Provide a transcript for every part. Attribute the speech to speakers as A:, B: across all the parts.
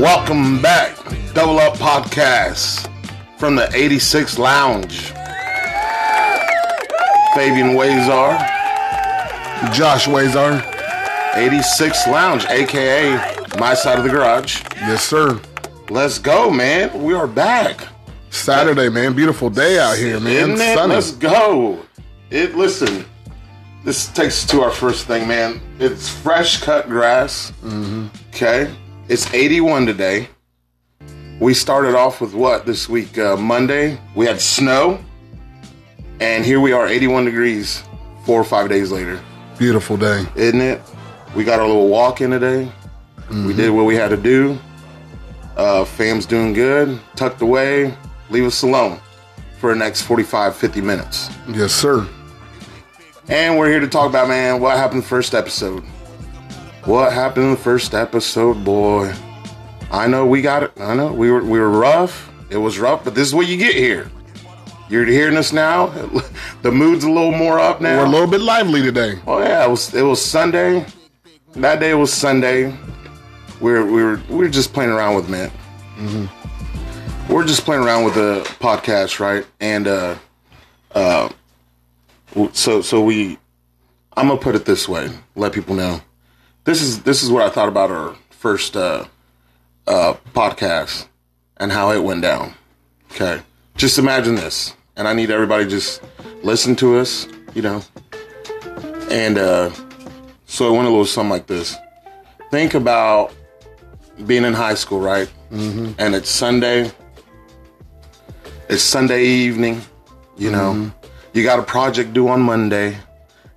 A: Welcome back, Double Up Podcast from the 86 Lounge. Fabian Wazar,
B: Josh Wazar.
A: 86 Lounge, aka my side of the garage.
B: Yes, sir.
A: Let's go, man. We are back.
B: Saturday, man. Beautiful day out here, man.
A: Isn't it?
B: Sunny.
A: Let's go. It listen. This takes us to our first thing, man. It's fresh cut grass.
B: Mm-hmm.
A: Okay, it's 81 today. We started off with what this week? Uh, Monday we had snow, and here we are, 81 degrees. Four or five days later,
B: Beautiful day.
A: isn't it? We got our little walk in today. We did what we had to do. Uh, fam's doing good, tucked away. Leave us alone for the next 45, 50 minutes.
B: Yes, sir.
A: And we're here to talk about, man, what happened in the first episode. What happened in the first episode, boy? I know we got it. I know we were we were rough. It was rough, but this is what you get here. You're hearing us now. The mood's a little more up now.
B: We're a little bit lively today.
A: Oh yeah, it was it was Sunday. That day was Sunday. We were we were we were just playing around with Mint. We are just playing around with the podcast, right? And uh, uh, w- so so we, I'm gonna put it this way. Let people know. This is this is what I thought about our first uh, uh, podcast and how it went down. Okay, just imagine this, and I need everybody just listen to us. You know, and uh, so it went a little something like this. Think about being in high school, right? Mm-hmm. And it's Sunday. It's Sunday evening. You know, you got a project due on Monday,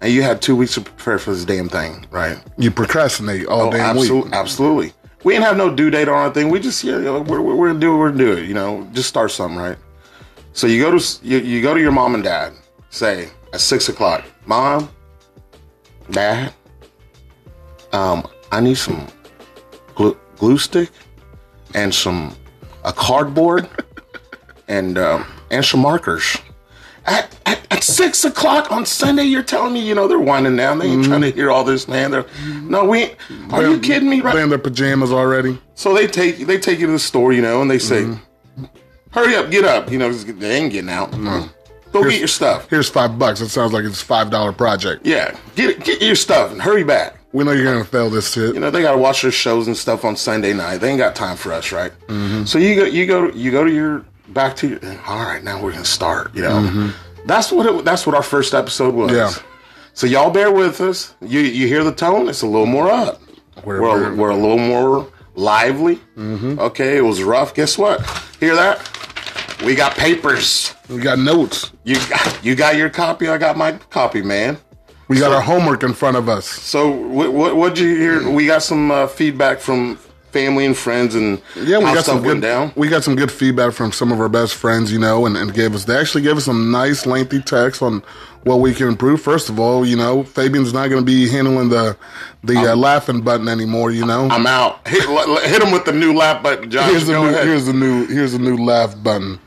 A: and you had two weeks to prepare for this damn thing, right?
B: You procrastinate all
A: Oh,
B: damn
A: absolu-
B: week.
A: absolutely. We didn't have no due date or anything. We just, yeah, you know, we're, we're, we're gonna do it. We're gonna do it. You know, just start something, right? So you go to s- you, you go to your mom and dad. Say at six o'clock, mom, dad, um, I need some glue, glue stick and some a cardboard and um, and some markers. At, at, at six o'clock on Sunday, you're telling me you know they're winding down. They ain't trying to hear all this, man. They're no, we. ain't- Are you kidding me? Right?
B: They in their pajamas already.
A: So they take they take you to the store, you know, and they say, "Hurry up, get up!" You know, 'cause they ain't getting out. Go get your stuff.
B: Here's five bucks. It sounds like it's a five dollar project.
A: Yeah, get get your stuff and hurry back.
B: We know you're gonna fail this shit.
A: You know, they gotta watch their shows and stuff on Sunday night. They ain't got time for us, right?
B: Mm-hmm.
A: So you go you go you go to your back to your. All right, now we're gonna start. You know, that's what it, that's what our first episode was.
B: Mm-hmm. Yeah.
A: So y'all bear with us. You you hear the tone? It's a little more up.
B: We're-
A: We're we're,
B: we're- Mm-hmm.
A: a little more lively. Okay, it was rough. Guess what? Hear that? We got papers.
B: We got notes.
A: You got you got your copy. I got my copy, man.
B: We got our homework in front of us.
A: So what what what'd you hear? We got some uh, feedback from family and friends, and
B: Yeah, we
A: how
B: got
A: stuff
B: some good.
A: went down.
B: We got some good feedback from some of our best friends, you know, and, and gave us. They actually gave us some nice, lengthy text on what we can improve. First of all, you know, Fabian's not going to be handling the the uh, laughing button anymore. You know,
A: I'm out. Hit, l- l- hit him with the new lap button, Josh.
B: here's the
A: Go
B: new,
A: ahead.
B: here's the new here's the new laugh button.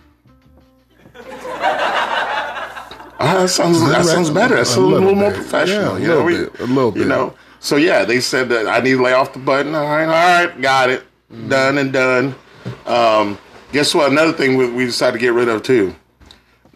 A: Ah, that sounds that
B: Right.
A: sounds better. That's a
B: A
A: little,
B: little
A: more
B: bit.
A: professional.
B: Yeah, a
A: you know,
B: little
A: we-
B: bit, a little
A: You
B: bit.
A: know. So yeah, they said that I need to lay off the button. All right, all right, got it. Done and done. Um, guess what? Another thing we, we decided to get rid of too.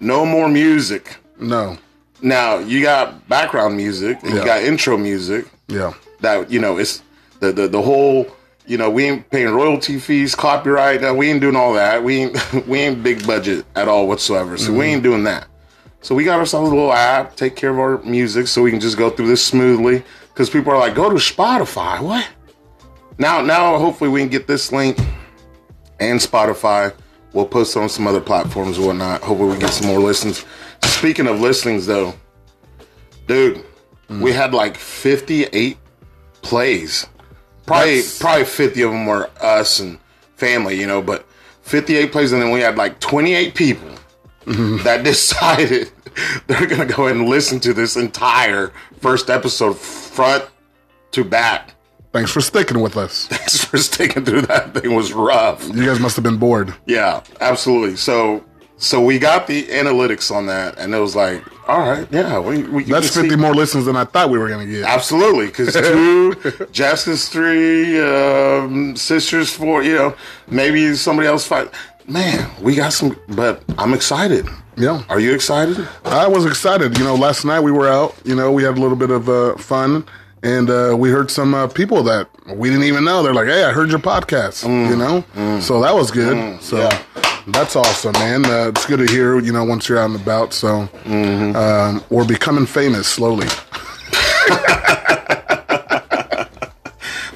A: No more music.
B: No,
A: Now you got background music and you
B: Yeah.
A: got intro music.
B: yeah,
A: that you know it's the the, the whole you know we ain't paying royalty fees copyright no, we ain't doing all that we ain't we ain't big budget at all whatsoever so we ain't doing that so we got ourselves a little app take care of our music so we can just go through this smoothly because people are like go to spotify what now now hopefully we can get this link and spotify we'll post it on some other platforms and whatnot hopefully we get some more listens speaking of listings though dude we had like 58 plays. Probably
B: That's-
A: probably 50 of them were us and family, you know, but 58 plays and then we had like 28 people
B: Mm-hmm.
A: that decided they're going to go ahead and listen to this entire first episode front to back.
B: Thanks for sticking with us.
A: Thanks for sticking through that thing was rough.
B: You guys must have been bored.
A: Yeah, absolutely. So so we got the analytics on that and it was like All right. Yeah. We, we, you
B: That's
A: can see-
B: 50 more listens than I thought we were going to get.
A: Absolutely, because two, Justin's three, um, sisters four. You know, maybe somebody else five. Man, we got some. But I'm excited.
B: yeah.
A: Are you excited?
B: I was excited. You know, last night we were out. You know, we had a little bit of uh, fun, and uh, we heard some uh, people that we didn't even know. They're like, "Hey, I heard your podcast." you know, so that was good. so that's awesome, man. Uh, it's good to hear. You know, once you're out and about, so um, we're becoming famous slowly.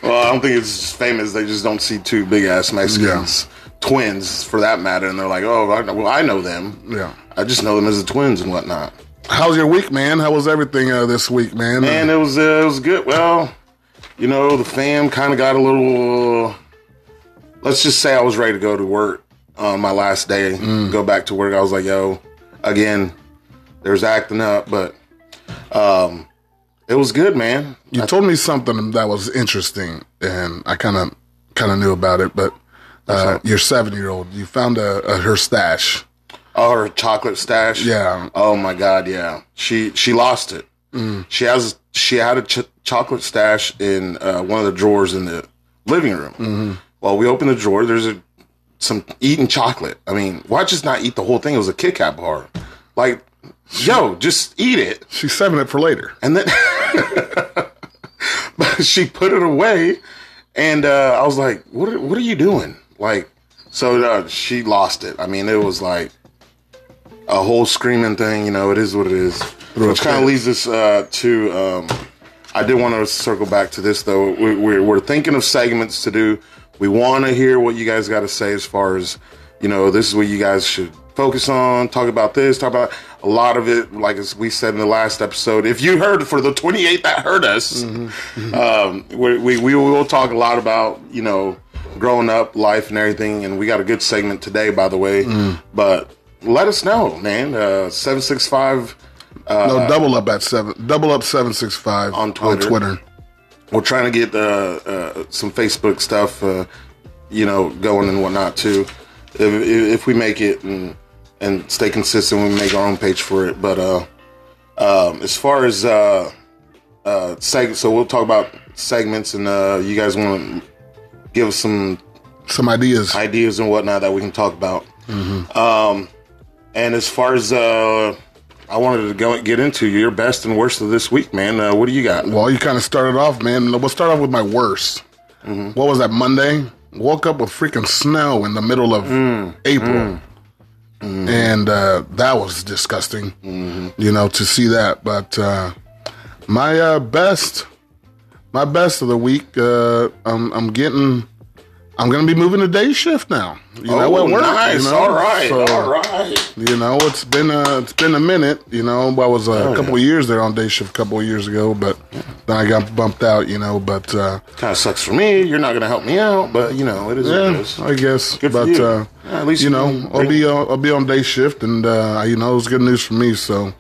A: Well, I don't think it's just famous. They just don't see two big ass Mexicans, twins for that matter, and they're like, oh, I know, well, I know them.
B: Yeah.
A: I just know them as the twins and whatnot.
B: How's your week, man? How was everything uh, this week, man?
A: And it was uh, it was good. Well, you know, the fam kind of got a little. let's just say I was ready to go to work on my last day. Go back to work. I was like, yo, again, there's acting up, but um, it was good, man.
B: you told me something that was interesting, and I kind of kind of knew about it, but. Uh, your seven year old, you found a, a her stash.
A: Oh, her chocolate stash.
B: Yeah.
A: Oh my God. Yeah. She she lost it. She has she had a ch- chocolate stash in uh, one of the drawers in the living room. Well, we opened the drawer. There's a some eating chocolate. I mean, why just not eat the whole thing? It was a Kit Kat bar. Like, yo, just eat it.
B: She's saving it for later.
A: And then but she put it away, and uh, I was like, "What? Are, what are you doing?" Like, so uh, she lost it. I mean, it was like a whole screaming thing. You know, it is what it is.
B: a
A: Which kind
B: fit.
A: of leads us uh, to. Um, I did want to circle back to this though. We, we're, we're thinking of segments to do. We want to hear what you guys got to say as far as you know. This is what you guys should focus on. Talk about this. Talk about a lot of it. Like as we said in the last episode, if you heard for the twenty eight that heard us, um, we, we we will talk a lot about you know growing up life and everything. And we got a good segment today, by the way. But let us know, man. Uh, Seven six five.
B: No, double up at seven. Double up seven six five
A: Uh-huh. On Twitter.
B: On Twitter.
A: we're trying to get uh, uh, some Facebook stuff, uh, you know, going and whatnot too. If, if if we make it and and stay consistent, we make our own page for it. But uh, um, as far as uh, uh, seg- so we'll talk about segments, and uh, you guys want to give us some
B: Some ideas.
A: ideas and whatnot that we can talk about. Um,
B: Mm-hmm.
A: and as far as uh, I wanted to go get into your best and worst of this week, man. Uh, what do you got?
B: well, you kind of started off, man. We'll start off with my worst.
A: Mm-hmm.
B: What was that Monday? Woke up with freaking snow in the middle of
A: Mm.
B: April,
A: Mm-hmm.
B: and uh, that was disgusting. You know to see that, but uh, my uh, best, my best of the week. Uh, I'm, I'm getting. I'm gonna be moving to day shift now. You know
A: oh,
B: at work,
A: nice.
B: you know?
A: all right.
B: So-
A: all right.
B: You know, it's been a it's been a minute. You know, I was
A: Oh,
B: a couple of years there on day shift a couple of years ago, but then I got bumped out. You know, but uh,
A: Kind of sucks for me. You're not going to help me out, but you know it is. what it
B: yeah,
A: is.
B: I guess.
A: Good for
B: but
A: you.
B: Uh,
A: Yeah, at least
B: you
A: you
B: know,
A: can
B: I'll be on, I'll be on day shift, and uh, you know, it's good news for me. So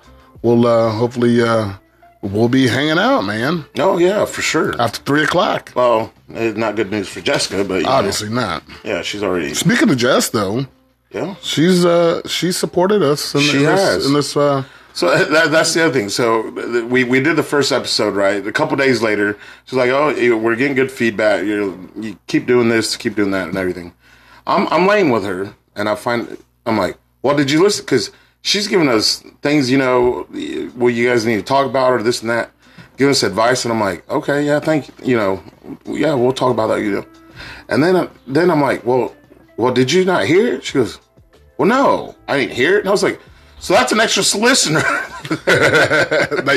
B: we'll uh, hopefully uh, we'll be hanging out, man,
A: Oh yeah, for sure.
B: after three o'clock.
A: well, it's not good news for Jessica, but you know,
B: Obviously not.
A: yeah, she's already.
B: Speaking of Jess, though,
A: Yeah.
B: she's uh, she supported us in,
A: She
B: in
A: has.
B: this in this. Uh,
A: So that, that's the other thing. So th- we we did the first episode right. A couple days later, she's like, "Oh, you- we're getting good feedback. You you keep doing this, keep doing that, and everything." I'm I'm laying with her, and I find I'm like, "Well, did you listen?" Because she's giving us things, you know, what you guys need to talk about or this and that, giving us advice, and I'm like, "Okay, yeah, thank you. You know, yeah, we'll talk about that." You know, and then I- then I'm like, "Well, well, did you not hear?" it? She goes, "Well, no, I didn't hear it," and I was like. So that's an extra listener.
B: that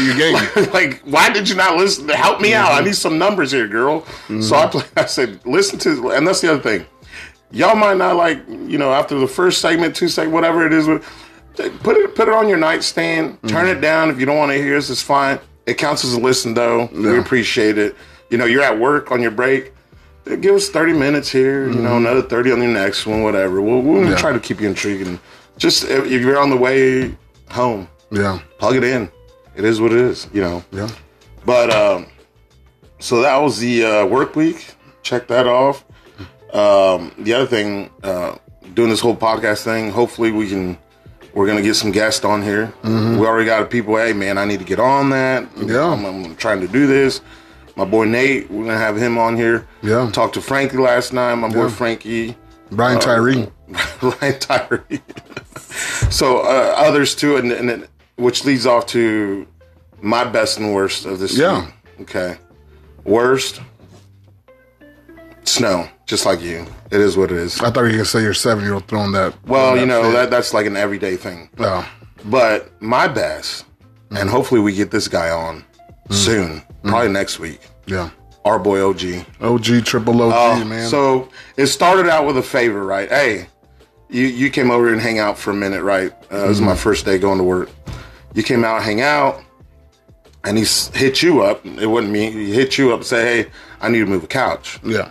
B: you gave.
A: like, why did you not listen? Help me out. I need some numbers here, girl. So I, play, I said, listen to, and that's the other thing. Y'all might not like, you know, after the first segment, two segment, whatever it is, put it put it on your nightstand. Turn it down if you don't want to hear us. It's fine. It counts as a listen, though. We appreciate it. You know, you're at work on your break. Give us 30 minutes here. You know, another 30 on your next one, whatever. We'll, we'll
B: Yeah.
A: try to keep you intrigued. And just if if you're on the way home,
B: yeah,
A: plug it in. It is what it is, you know.
B: yeah.
A: But um, so that was the uh, work week. Check that off. Um, the other thing, uh, doing this whole podcast thing. Hopefully, we can We're gonna get some guests on here. We already got people. Hey, man, I need to get on that.
B: Mm-hmm. Yeah.
A: I'm, I'm trying to do this. My boy Nate, we're gonna have him on here.
B: Yeah.
A: talked to Frankie last night. My boy
B: Yeah.
A: Frankie,
B: Brian
A: Uh,
B: Tyree.
A: Ryan Tyree. so uh, others too, and, and it- which leads off to my best and worst of this.
B: Yeah.
A: week. Okay. Worst. Snow, just like you. It is what it is.
B: I thought you were gonna say your seven year old throwing that.
A: Well, you know,
B: fit.
A: that, that's like an everyday thing.
B: Oh,
A: But my best, and hopefully we get this guy on soon, probably next week,
B: yeah.
A: our boy OG.
B: OG triple OG
A: Oh,
B: man.
A: So it started out with a favor, right? Hey, you, you came over and hang out for a minute, right? Uh, It was my first day going to work. You came out, hang out, and he s- hit you up. It wasn't me. He hit you up and say, hey, I need to move a couch.
B: yeah,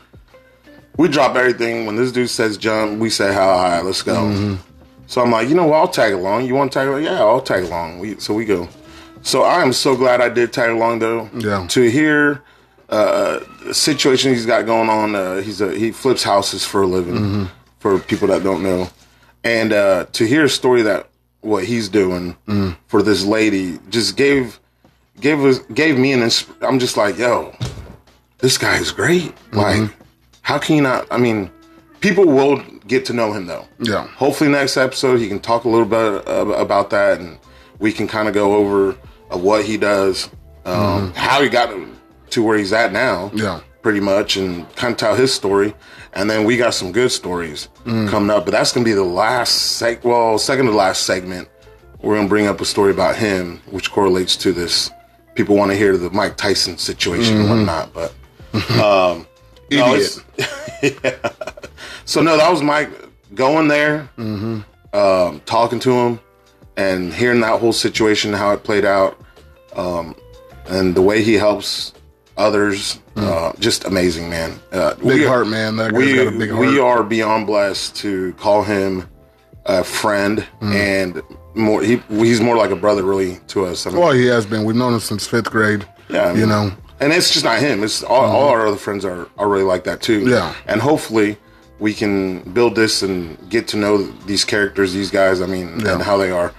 A: We drop everything. When this dude says jump, we say how high, let's go. So I'm like, you know what? I'll tag along. You want to tag along? Yeah, I'll tag along. We, so we go. So I am so glad I did tag along though.
B: Yeah.
A: To hear uh, the situation he's got going on. Uh, he's a he flips houses for a living. For people that don't know, and uh, to hear a story that what he's doing for this lady just gave gave us gave me an. Insp- I'm just like, yo, this guy is great. Like, how can you not? I mean, people will get to know him though.
B: Yeah.
A: Hopefully, next episode he can talk a little bit uh, about that, and we can kind of go over uh, what he does, um, how he got to where he's at now.
B: Yeah.
A: Pretty much, and kind of tell his story, and then we got some good stories coming up. But that's gonna be the last seg, well, second to last segment. We're gonna bring up a story about him, which correlates to this. People want to hear the Mike Tyson situation and whatnot, but no,
B: idiot.
A: it's- Yeah. So no, that was Mike going there,
B: Mm-hmm.
A: um, talking to him, and hearing that whole situation, how it played out, um, and the way he helps others. Uh, just amazing, man. Uh,
B: Mm. big heart man. That guy's
A: we,
B: got a big heart.
A: we are beyond blessed to call him a friend,
B: Mm.
A: and more. He, he's more like a brother, really, to us. I mean,
B: well, he has been. We've known him since fifth grade.
A: Yeah, I
B: you
A: mean-
B: know.
A: and it's just not him. It's all, all our other friends are, are really like that too.
B: Mm-hmm. Yeah.
A: And hopefully we can build this and get to know these characters, these guys. I mean,
B: Yeah.
A: and how they are.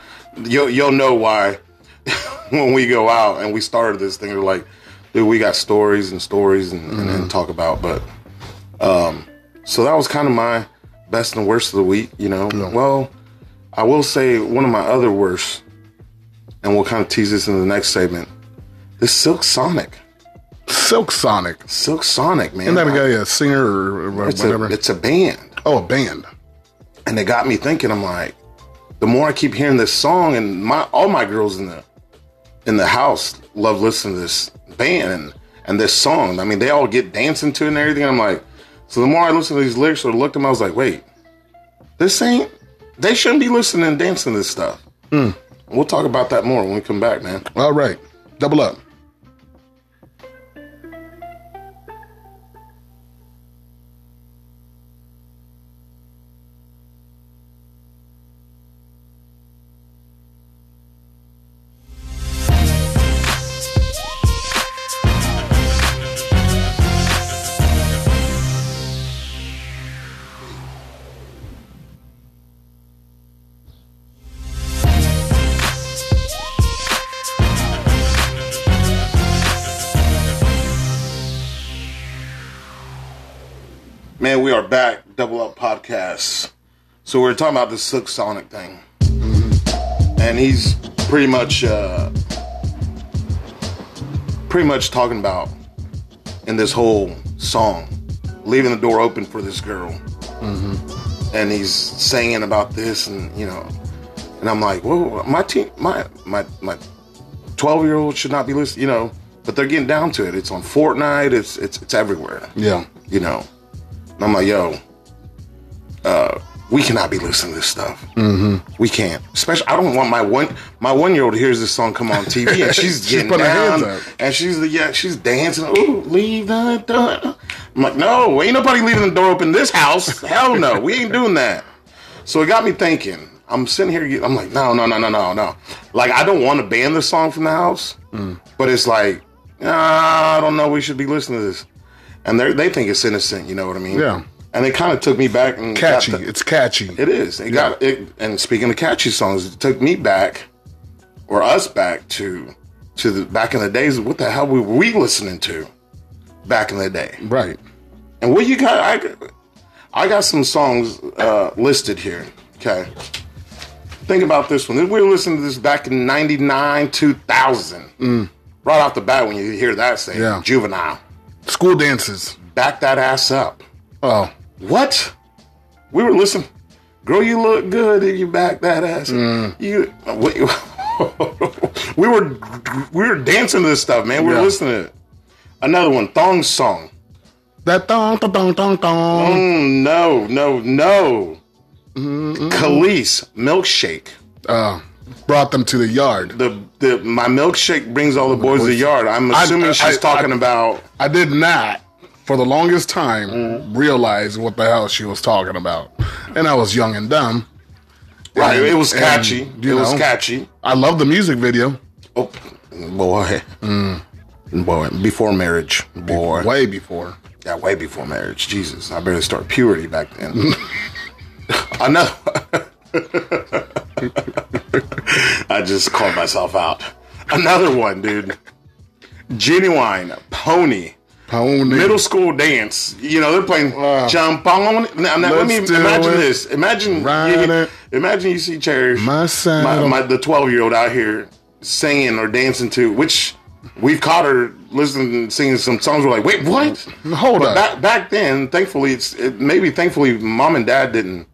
A: You'll you'll know why when we go out and we started this thing. We're like, dude, we got stories and stories and, and,
B: Mm-hmm.
A: and talk about. But um, so that was kind of my best and worst of the week. You know, well, I will say one of my other worst, and we'll kind of tease this in the next segment. This Silk Sonic.
B: Silk Sonic.
A: Silk Sonic, man.
B: Isn't that a guy, a singer or or
A: It's
B: whatever?
A: a, it's a band.
B: oh, a band.
A: And it got me thinking, I'm like, the more I keep hearing this song and my all my girls in the in the house love listening to this band and, and this song. I mean, they all get dancing to it and everything. I'm like, so the more I listen to these lyrics or looked at them, I was like, wait, this ain't they shouldn't be listening and dancing to this stuff.
B: Hmm.
A: We'll talk about that more when we come back, man.
B: All right, double up.
A: Man, we are back, Double Up Podcast. So we we're talking about this Silk Sonic thing, Mm-hmm. and he's pretty much, uh, pretty much talking about in this whole song, leaving the door open for this girl, Mm-hmm. and he's saying about this, and you know, and I'm like, whoa, my team, my my my twelve year old should not be listening, you know, but they're getting down to it. It's on Fortnite. It's it's it's everywhere
B: Yeah,
A: you know. And I'm like, yo, uh, we cannot be listening to this stuff. Mm-hmm. We can't. Especially, I don't want my one my one year old hears this song come on TV and she's,
B: She's
A: getting
B: putting her
A: down
B: hands up.
A: and she's the yeah she's dancing. Ooh, leave the door. I'm like, no, ain't nobody leaving the door open in this house. Hell no, we ain't doing that. So it got me thinking. I'm sitting here. get- I'm like, no, no, no, no, no, no. Like I don't want to ban the song from the house,
B: Mm.
A: but it's like, ah, I don't know. We should be listening to this, and they they think it's innocent. You know what I mean?
B: Yeah.
A: and it kind of took me back and got
B: Catchy.
A: the-
B: it's catchy.
A: It is. It got it. And speaking of catchy songs, it took me back, or us back to, to the back in the days. What the hell were we listening to, back in the day?
B: right.
A: And what you got? I, got- I got some songs uh, listed here. Okay. Think about this one. We were listening to this back in '99, 2000. Right off the bat, when you hear that saying,
B: Mm. Yeah.
A: "Juvenile,"
B: School dances.
A: back that ass up.
B: Oh,
A: What? We were listening. Girl, you look good and you back that ass.
B: Mm.
A: You, we, we were we were dancing to this stuff, man. We were
B: Yeah.
A: listening to it. Another one, thong song.
B: that thong thong thong thong. thong.
A: Mm, no, no, no. Khalees milkshake.
B: Uh, brought them to the yard.
A: The the my milkshake brings all the boys to the yard. I'm assuming
B: I-
A: she's
B: I-
A: talking about.
B: I did not, for the longest time,
A: Mm-hmm.
B: realize what the hell she was talking about, and I was young and dumb.
A: Right, it was
B: and,
A: catchy.
B: you
A: it was
B: know.
A: catchy.
B: I love the music video,
A: Oh, boy,
B: Mm.
A: boy, before marriage, boy.
B: way before.
A: Yeah, way before marriage. Jesus, I better start puberty back then. I know. I just called myself out. Another one, dude. Genuine pony.
B: Pony.
A: Middle school dance. You know, they're playing
B: Wow.
A: jump on. Now, now let
B: Ah. Let's
A: me
B: do
A: imagine
B: it.
A: this. Imagine
B: Ride
A: you,
B: it.
A: imagine you see Cherish,
B: My son.
A: my, my- the 12 year old out here singing or dancing to, which we've caught her listening and singing some songs. We're like, wait, what?
B: Hold up.
A: back back then, thankfully, it's it, maybe thankfully, mom and dad didn't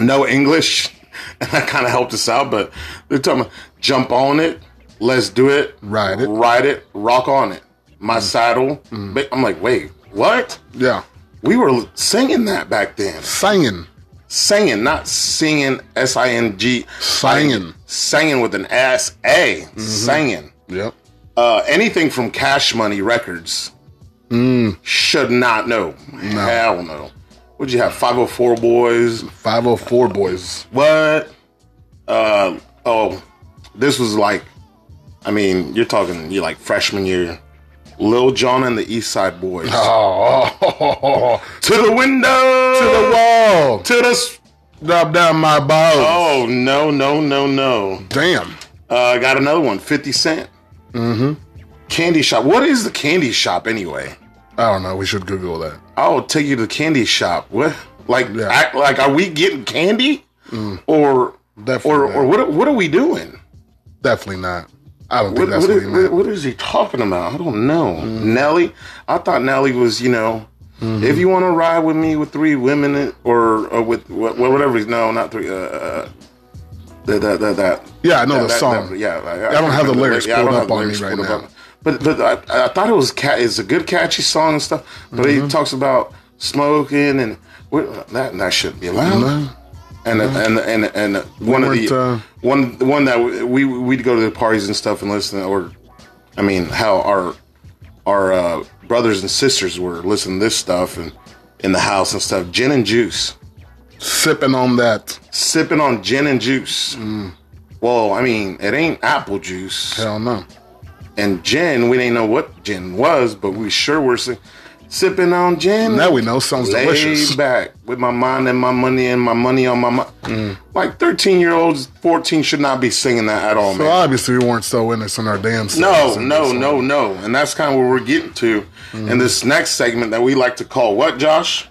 A: know English, and that kind of helped us out. But they're talking about jump on it, let's do it,
B: Ride it. Mm.
A: ride it, rock on it. My saddle. Ba- I'm like, wait, what?
B: yeah.
A: We were singing that back then.
B: Singing.
A: Singing, not singing. S I N G.
B: Singing.
A: Singing with an S A. Singing.
B: Yep.
A: Uh, anything from Cash Money Records should not know. Hell no. What'd you have? 504 Boys.
B: 504 boys.
A: What? Uh, oh, this was like, I mean, you're talking, you're like freshman year. Lil Jon and the East Side Boys.
B: Oh,
A: To the
B: to the
A: window!
B: wall.
A: To the. s-
B: Drop down my balls.
A: Oh, no, no, no, no.
B: Damn.
A: Uh, got another one 50 cents Mm-hmm. Candy shop. What is the candy shop anyway?
B: I don't know. We should Google that.
A: I'll take you to the candy shop. What? Like,
B: Yeah.
A: act like, are we getting candy, or
B: Definitely
A: or
B: not.
A: or what? What are we doing?
B: Definitely not. I don't think
A: What,
B: that's
A: what,
B: what,
A: is,
B: he meant.
A: what is he talking about? I don't know. Nelly, I thought Nelly was, you know,
B: Mm-hmm.
A: if you want to ride with me with three women in- or, or with wha- wha- whatever. he's- No, not three. Uh, uh, that that that that.
B: Yeah, I know
A: that,
B: the
A: that-
B: song.
A: that- yeah, I,
B: don't have the lyrics
A: I don't
B: pulled
A: have
B: up
A: the
B: on me
A: lyrics
B: right
A: pulled
B: now.
A: up. But but I, I thought it was cat. It's a good catchy song and stuff. But
B: Mm-hmm.
A: he talks about smoking and what, that that shouldn't be allowed.
B: No.
A: And and and and one of
B: weren't,
A: the
B: uh,
A: one one that we we'd go to the parties and stuff and listen or I mean how our our uh, brothers and sisters were listening to this stuff and in the house and stuff gin and juice
B: Sipping on that.
A: sipping on gin and juice.
B: Mm.
A: Well, I mean it ain't apple juice
B: Hell no.
A: and gin. We didn't know what gin was, but we sure were si- sipping on gin.
B: Now we know. Sounds
A: Laid
B: delicious.
A: back with my mind and my money and my money on my mind.
B: Mm.
A: Like thirteen year olds, fourteen should not be singing that at all,
B: So
A: man.
B: obviously we weren't so innocent our damn
A: No,
B: selves in
A: no,
B: this one.
A: no, no. And that's kind of where we're getting to
B: Mm.
A: in this next segment that we like to call what, Josh?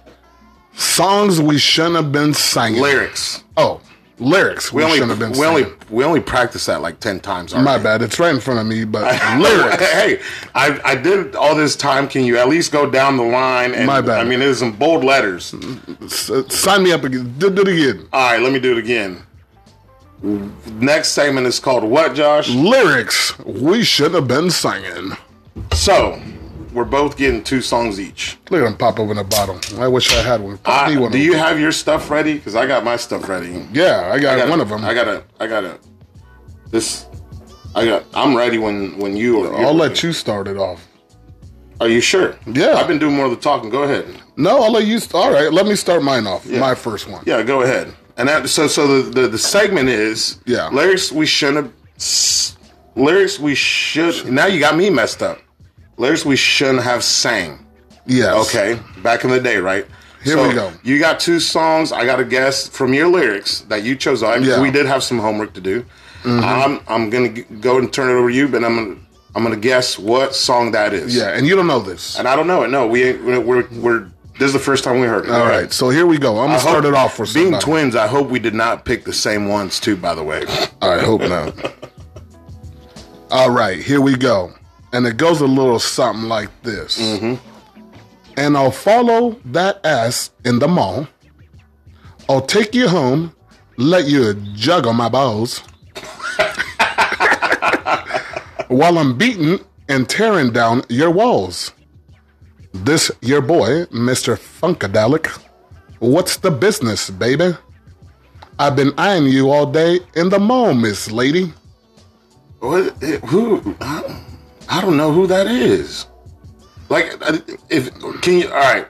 B: Songs we shouldn't have been singing.
A: Lyrics.
B: oh, lyrics we,
A: We
B: shouldn't have been
A: only we
B: singing.
A: only we only practiced that like ten times already.
B: My bad. It's right in front of me, but lyrics.
A: Hey, I, I did all this time. Can you at least go down the line? And,
B: My bad. Mm-hmm.
A: I mean, it is in bold letters.
B: S- uh, Sign me up again. Do, do it again.
A: All right, let me do it again. Next segment is called What, Josh?
B: Lyrics we shouldn't have been singing.
A: So, we're both getting two songs each.
B: Look at him pop open a bottle. I wish I had one. Pop
A: I-
B: me one
A: do
B: of
A: you
B: them.
A: have your stuff ready? Because I got my stuff ready.
B: yeah, I got,
A: I got
B: one of them.
A: I got to I got to This. I got. I'm ready when when you are.
B: I'll let you start it off.
A: Are you sure?
B: Yeah.
A: I've been doing more of the talking. Go ahead.
B: No, I'll let you. St- All right, let me start mine off. My first one.
A: Yeah, go ahead. And that, so, so the, the the segment is
B: Yeah.
A: lyrics we shouldn't have, s- lyrics we should. Now you got me messed up. Lyrics we shouldn't have sang.
B: Yes.
A: Okay, back in the day, right?
B: Here we go.
A: You got two songs. I got to guess from your lyrics that you chose. I
B: Yeah. Mm-hmm.
A: we did have some homework to do. I'm I'm gonna g- go and turn it over to you, but I'm gonna I'm gonna guess what song that is.
B: Yeah, and you don't know this.
A: and I don't know it. No, we ain't, we're, we're we're this is the first time we heard it.
B: All right, so here we go. I'm gonna
A: I hope-
B: start it off for
A: being
B: somebody.
A: twins. I hope we did not pick the same ones too. By the way,
B: I hope not. All right, here we go. And it goes a little something like this. And I'll follow that ass in the mall. I'll take you home, let you juggle my balls. While I'm beating and tearing down your walls. This your boy, Mr. Funkadelic. What's the business, baby? I've been eyeing you all day in the mall, Miss Lady.
A: what? Who? I don't- I don't know who that is. Like, I- if can you? All right.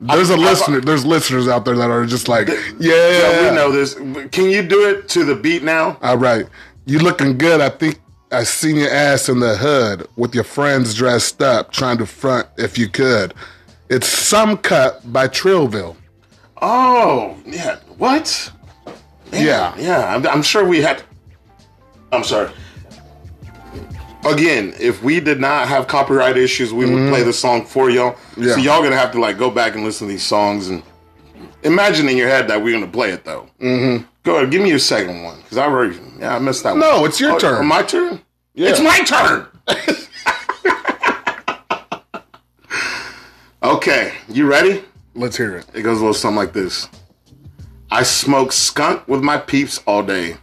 B: There's a
A: I-
B: listener. there's listeners out there that are just like, yeah,
A: Yeah, we know this. Can you do it to the beat now?
B: All right, you looking good. I think I seen your ass in the hood with your friends dressed up, trying to front if you could. It's some cut by Trillville.
A: Oh, yeah. What? Man,
B: Yeah.
A: Yeah, I'm, I'm sure we had. I'm sorry. Again, if we did not have copyright issues, we would play the song for y'all.
B: Mm-hmm. Yeah.
A: So y'all gonna have to like go back and listen to these songs and imagine in your head that we're gonna play it though. Mm-hmm. Go ahead, give me your second one because I already yeah I missed that one. Oh,
B: No, it's your turn.
A: My turn. It's my turn. okay, you ready?
B: Let's hear it.
A: It goes a little something like this. I smoke skunk with my peeps all day.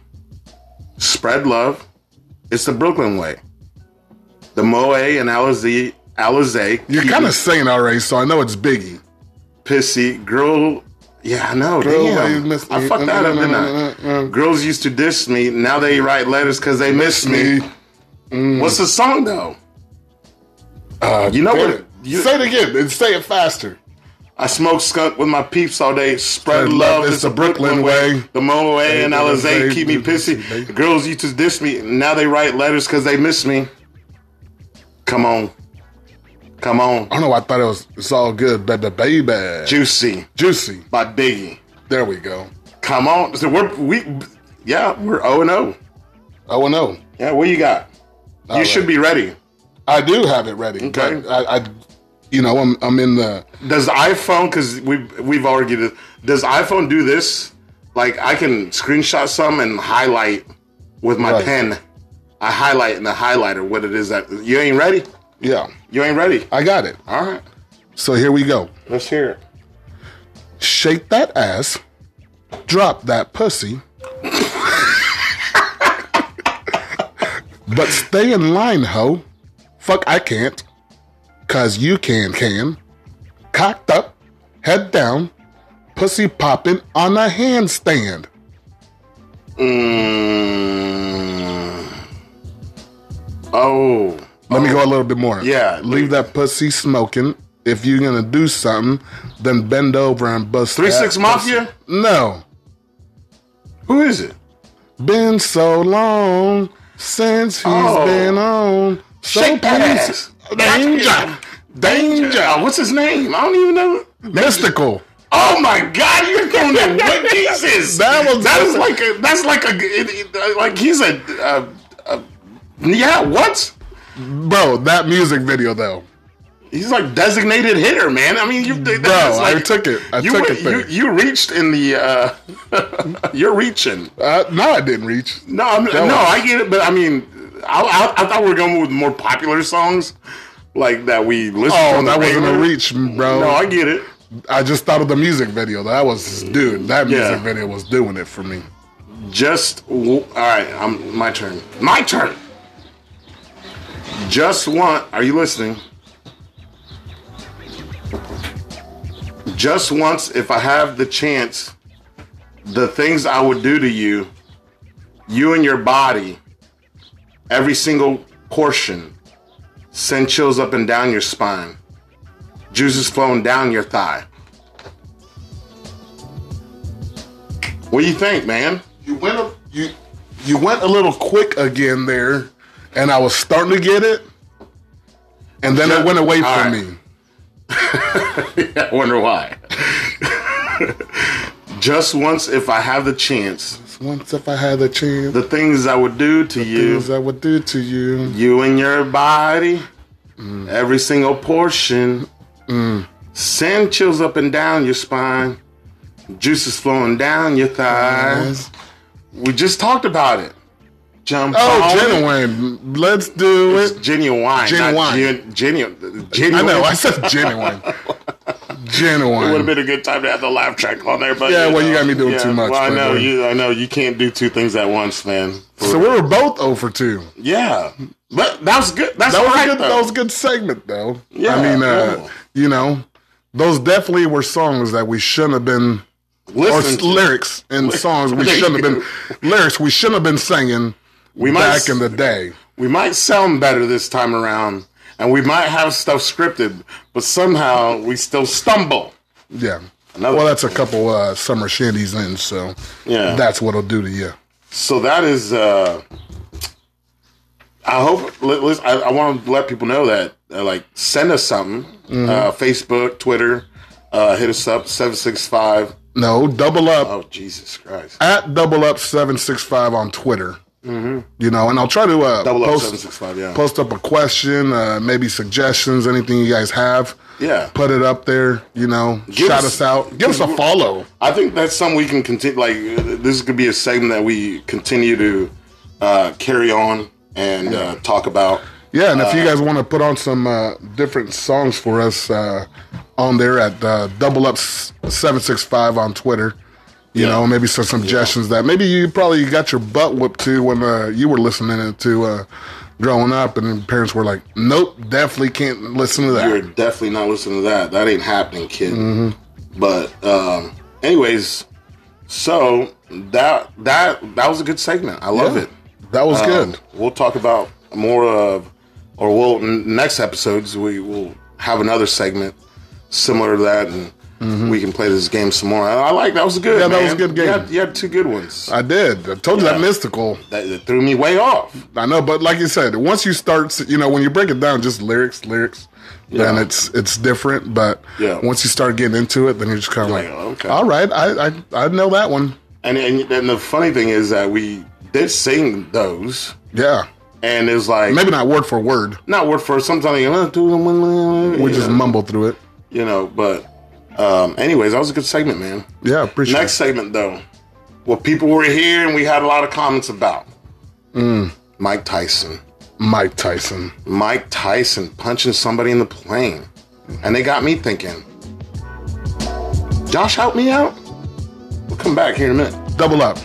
A: Spread love. It's the Brooklyn way. The Moe and Alizé, Alizé.
B: You're kind of singing already, so I know it's Biggie.
A: pissy. Girl, yeah, I know.
B: Girl, why you
A: damn.
B: miss me? Uh,
A: I fucked that up, didn't I? Girls used to diss me. Now they write letters because they miss me.
B: Mm-hmm.
A: What's the song though?
B: Uh,
A: You know
B: damn
A: what?
B: it.
A: You-
B: say it again and say it faster.
A: I smoke skunk with my peeps all day. Spread
B: Spread
A: love,
B: love,
A: it's the Brooklyn way. The Moe and
B: Hey,
A: Alizé
B: Alizé,
A: keep me
B: do-
A: pissy. The girls used to diss me. Now they write letters because they miss me. Come on. Come on.
B: I don't know. why I thought it was. It's all good, baby, baby.
A: Juicy
B: Juicy.
A: by Biggie.
B: There we go.
A: Come on. So we're, we, yeah, we're 0 0.
B: Oh and oh.
A: Yeah, what you got? you
B: right.
A: should be ready.
B: I do have it ready.
A: Okay.
B: but I, I, you know, I'm I'm in the.
A: Does the iPhone, because we've, we've argued it, does the iPhone do this? Like, I can screenshot some and highlight with my
B: Right.
A: pen. I highlight in the highlighter what it is that you ain't ready.
B: Yeah,
A: You ain't ready.
B: I got it.
A: All right,
B: So here we go.
A: let's hear it.
B: Shake that ass, drop that pussy, but stay in line, ho. Fuck, I can't, cause you can, can. Cocked up, head down, pussy popping on a handstand.
A: Mm. Oh,
B: Let me go a little bit more.
A: Yeah.
B: Leave that pussy smoking. If you're gonna do something, then bend over and bust.
A: Three
B: that
A: Six Mafia.
B: pussy. No.
A: Who is it?
B: Been so long since he's
A: Oh.
B: been on. So
A: Shake that
B: please-
A: ass.
B: Danger. Danger.
A: Oh, what's his name? I don't even know.
B: Mystical.
A: Oh my God! You're going to what Jesus?
B: That was-
A: that is like a that's like a it- it- like he's a, uh uh yeah what?
B: Bro, that music video though.
A: He's like designated hitter, man. I mean, you bro,
B: Bro, I took it. I
A: you,
B: took
A: went-
B: it there.
A: You, you reached in the uh, you're reaching.
B: Uh, no, I didn't reach.
A: No, I'm, no,
B: one.
A: I get it, but I mean, I, I, I thought we were going with more popular songs like that we listen. to
B: Oh,
A: on
B: that
A: the
B: wasn't a
A: regular.
B: reach, bro.
A: No, I get it.
B: I just thought of the music video. That was, dude, that music
A: Yeah.
B: video was doing it for me.
A: Just w- all right. I'm my turn. My turn. Just want. Are you listening? Just once, if I have the chance, the things I would do to you, you and your body, every single portion, send chills up and down your spine, juices flowing down your thigh. What do you think, man?
B: you went a, you you went a little quick again there, and I was starting to get it, and then it went away
A: All
B: from
A: right.
B: me.
A: I wonder why. Just once, if I have the chance,
B: Once if I had a chance,
A: the things I would do to you,
B: things I would do to you.
A: you and your body,
B: Mm.
A: every single portion, send chills up and down your spine, juices flowing down your thighs. We just talked about it. Jump
B: Oh,
A: on it.
B: genuine. Let's do
A: It's
B: it.
A: genuine. not
B: Genuine.
A: Gen, genuine.
B: I
A: Genuine.
B: know. I said genuine. genuine.
A: It would have been a good time to have the laugh track on there, but
B: Yeah, well,
A: know,
B: you got me doing
A: yeah,
B: too much,
A: Well, I
B: but,
A: know
B: uh,
A: you. I know you can't do two things at once, man. For-
B: so we were both 0 for 2.
A: yeah, but that was good. That's
B: That was,
A: right,
B: a good,
A: though.
B: that was a good segment, though.
A: Yeah,
B: I mean, uh,
A: yeah.
B: you know, those definitely were songs that we shouldn't have been, or
A: Listen,
B: s- lyrics and songs we
A: There
B: shouldn't
A: you
B: have been, lyrics we shouldn't have been singing
A: we might
B: back in the day.
A: we might sound better this time around, and we might have stuff scripted, but somehow we still stumble.
B: Yeah.
A: Another-
B: well, that's a couple uh, summer shandies in, so
A: Yeah.
B: that's what'll do to you.
A: So that is. uh I hope. Let, let, I, I want to let people know that, uh, like, send us something.
B: Mm-hmm.
A: Uh, Facebook, Twitter, uh, hit us up seven six five.
B: No, double up
A: Oh Jesus Christ!
B: at double up seven six five on Twitter. You know, and I'll try to
A: Mm-hmm.
B: uh,
A: Double up
B: post
A: seven six five. Yeah.
B: post up a question, uh, maybe suggestions, anything you guys have.
A: Yeah.
B: put it up there. You know,
A: Give
B: shout
A: us-
B: us out, give us a follow.
A: I think that's something we can continue. Like uh, this could be a segment that we continue to uh, carry on and uh, talk about.
B: Yeah, and
A: Uh,
B: if you guys want to put on some uh, different songs for us uh, on there at uh, double up seven six five on Twitter. You
A: Yeah.
B: know, maybe some suggestions that maybe you probably got your butt whipped to when uh, you were listening to uh, growing up, and your parents were like, "Nope, definitely can't listen to that."
A: You're definitely not listening to that. That ain't happening, kid. Mm-hmm. But um, anyways, so that that that was a good segment. I love
B: Yeah.
A: it.
B: That was
A: Um,
B: good.
A: We'll talk about more of, or we'll n- next episodes we will have another segment similar to that, and we can play this game some more. I, I like that was good.
B: Mm-hmm. Yeah, that
A: man.
B: was a good
A: You
B: game.
A: had, you had two good ones.
B: I did. I told you
A: Yeah.
B: that mystical.
A: that, that threw me way off.
B: I know, but like you said, once you start, you know, when you break it down, just lyrics, lyrics, then
A: Yeah.
B: it's it's different. But
A: Yeah.
B: once you start getting into it, then you're just kind of like,
A: like, okay.
B: all right, I, I I know that one.
A: And, and and the funny thing is that we did sing those,
B: Yeah,
A: and it's like
B: maybe not word for word.
A: not word for sometimes you know, do them, uh, you
B: We just
A: know,
B: mumble through it.
A: you know. But um, anyways, that was a good segment, man.
B: Yeah, appreciate
A: Next segment though, what people were here and we had a lot of comments about. Mike Tyson.
B: it. Mike Tyson.
A: Mike Tyson punching somebody in the plane. And they got me thinking, Josh, help me out? We'll come back here in a minute.
B: Double up.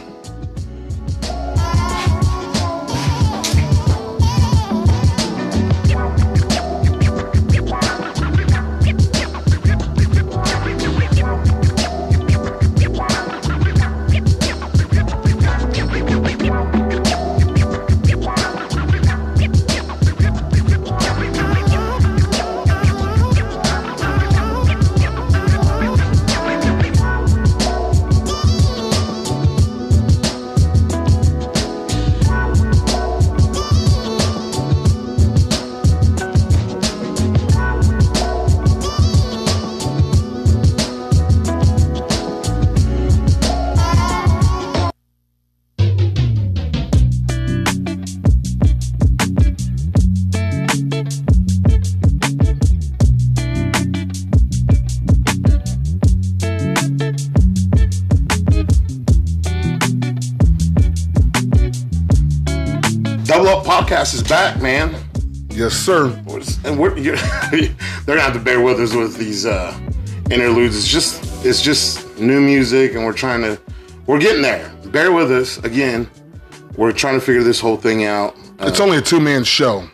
A: Double Up Podcast is back, man.
B: Yes, sir.
A: And we're, you're, they're gonna have to bear with us with these uh, interludes. It's just it's just new music, and we're trying to we're getting there. Bear with us again. We're trying to figure this whole thing out. Uh,
B: It's only a two man show.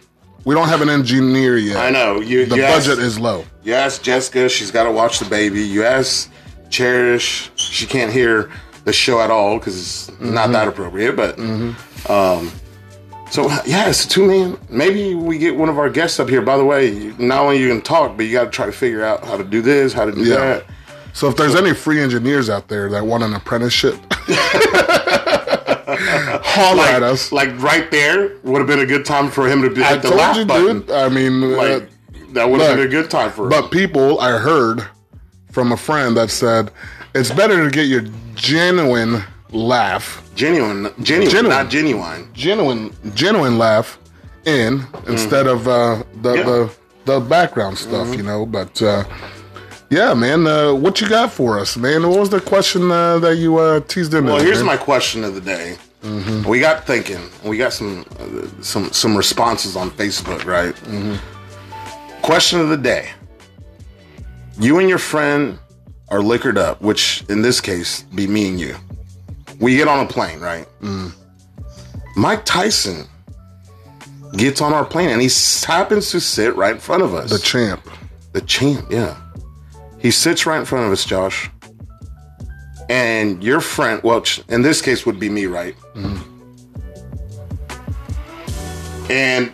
B: We don't have an engineer yet.
A: I know you.
B: The
A: you asked-
B: budget is low.
A: You ask Jessica, she's got to watch the baby. You ask Cherish, she can't hear the show at all because it's
B: Mm-hmm.
A: not that appropriate. But um, so yeah, it's a two man. Maybe we get one of our guests up here. By the way, you- not only you can talk, but you got to try to figure out how to do this, how to do
B: Yeah.
A: that.
B: So if there's any free engineers out there that want an apprenticeship, holler at us.
A: Like right there would have been a good time for him to be
B: I
A: at the
B: told
A: laugh
B: you,
A: button.
B: dude. I mean, uh,
A: Like that would have
B: look,
A: been a good time for him.
B: but people I heard from a friend that said It's better to get your genuine laugh,
A: Genuine, genuine,
B: Genuine.
A: not genuine.
B: genuine, genuine laugh in instead of uh,
A: Mm-hmm.
B: the,
A: Yeah. Mm-hmm.
B: the the background stuff, you know. But uh, yeah, man, uh, what you got for us, man? What was the question uh, that you uh, teased in?
A: Well,
B: there,
A: here's
B: man? Mm-hmm.
A: my question of the day. We got thinking. and We got some uh, some some responses on Facebook, right?
B: Mm-hmm.
A: Question of the day: You and your friend are liquored up, which in this case be me and you. We get on a plane, right?
B: Mm.
A: Mike Tyson gets on our plane, and he s- happens to sit right in front of us.
B: the champ.
A: The champ, yeah. He sits right in front of us, Josh. And your friend, well, ch- in this case would be me, right? And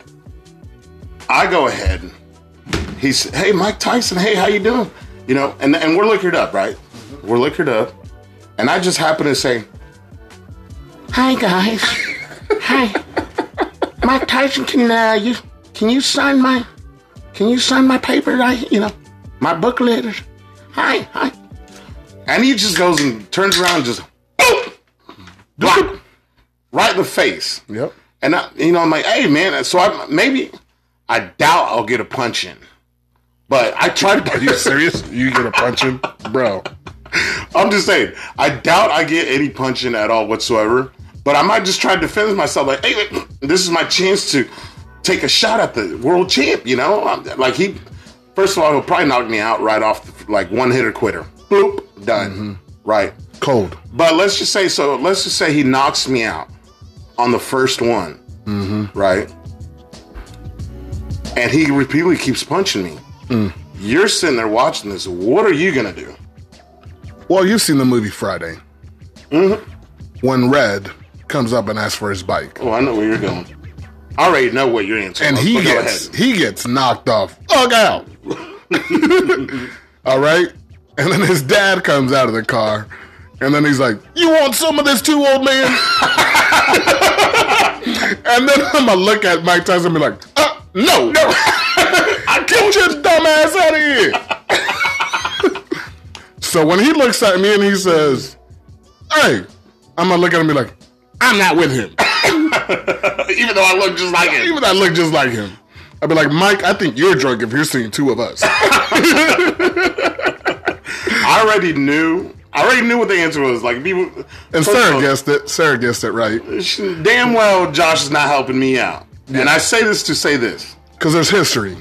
A: I go ahead. He's, hey, Mike Tyson, hey, how you doing? You know, and, and we're liquored up, right? We're liquored up. And I just happen to say, hi, guys. hi. Mike Tyson, can uh, you can you sign my can you sign my paper? I, you know, my booklet. Hi, hi. And he just goes and turns around, and just block, right in the face.
B: Yep.
A: And I, you know, I'm like, hey, man. So I maybe I doubt I'll get a punch in, but I tried.
B: Are you serious? You get a punching, bro.
A: I'm just saying, I doubt I get any punch in at all whatsoever. But I might just try to defend myself. Like, hey, wait, this is my chance to take a shot at the world champ. You know, I'm, like he. First of all, he'll probably knock me out right off, the, like one hitter quitter. Boop, done. Right.
B: Cold.
A: But let's just say so. Let's just say he knocks me out on the first one,
B: Mm-hmm.
A: right? And he repeatedly keeps punching me.
B: Mm.
A: You're sitting there watching this. What are you gonna do?
B: Well, you've seen the movie Friday. Mm-hmm.
A: Mm-hmm.
B: When Red comes up and asks for his bike,
A: Oh, I know where you're going. I already know what your answer
B: and
A: was,
B: he
A: but Oh, go
B: gets
A: ahead.
B: he gets knocked off, fuck out. All right, and then his dad comes out of the car, and then he's like, "You want some of this too, old man?" and then I'm gonna look at Mike Tyson and be like, uh, "No, no, I get your dumb ass out of here." so when he looks at me and he says, "Hey," I'm gonna look at him and be like, "I'm not with him."
A: Even though I look just like him.
B: Even that look just like him. I'd be like, Mike, I think you're drunk if you're seeing two of us.
A: I already knew. I already knew what the answer was. Like people.
B: And
A: first of
B: Sarah
A: all,
B: guessed it. Sarah guessed it right.
A: Damn well, Josh is not helping me out. And I say this to say this.
B: Because there's history.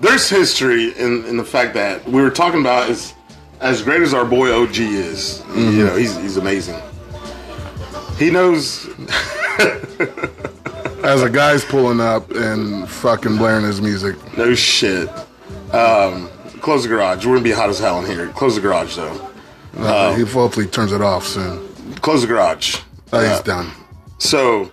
A: there's history in, in the fact that we were talking about is as great as our boy OG is. You know, he's he's amazing. He knows
B: As a guy's pulling up and fucking blaring his music.
A: no shit. Um, close the garage. We're gonna be hot as hell in here. Close the garage though.
B: Uh, he hopefully turns it off soon.
A: Close the garage.
B: Oh,
A: Uh,
B: he's done.
A: So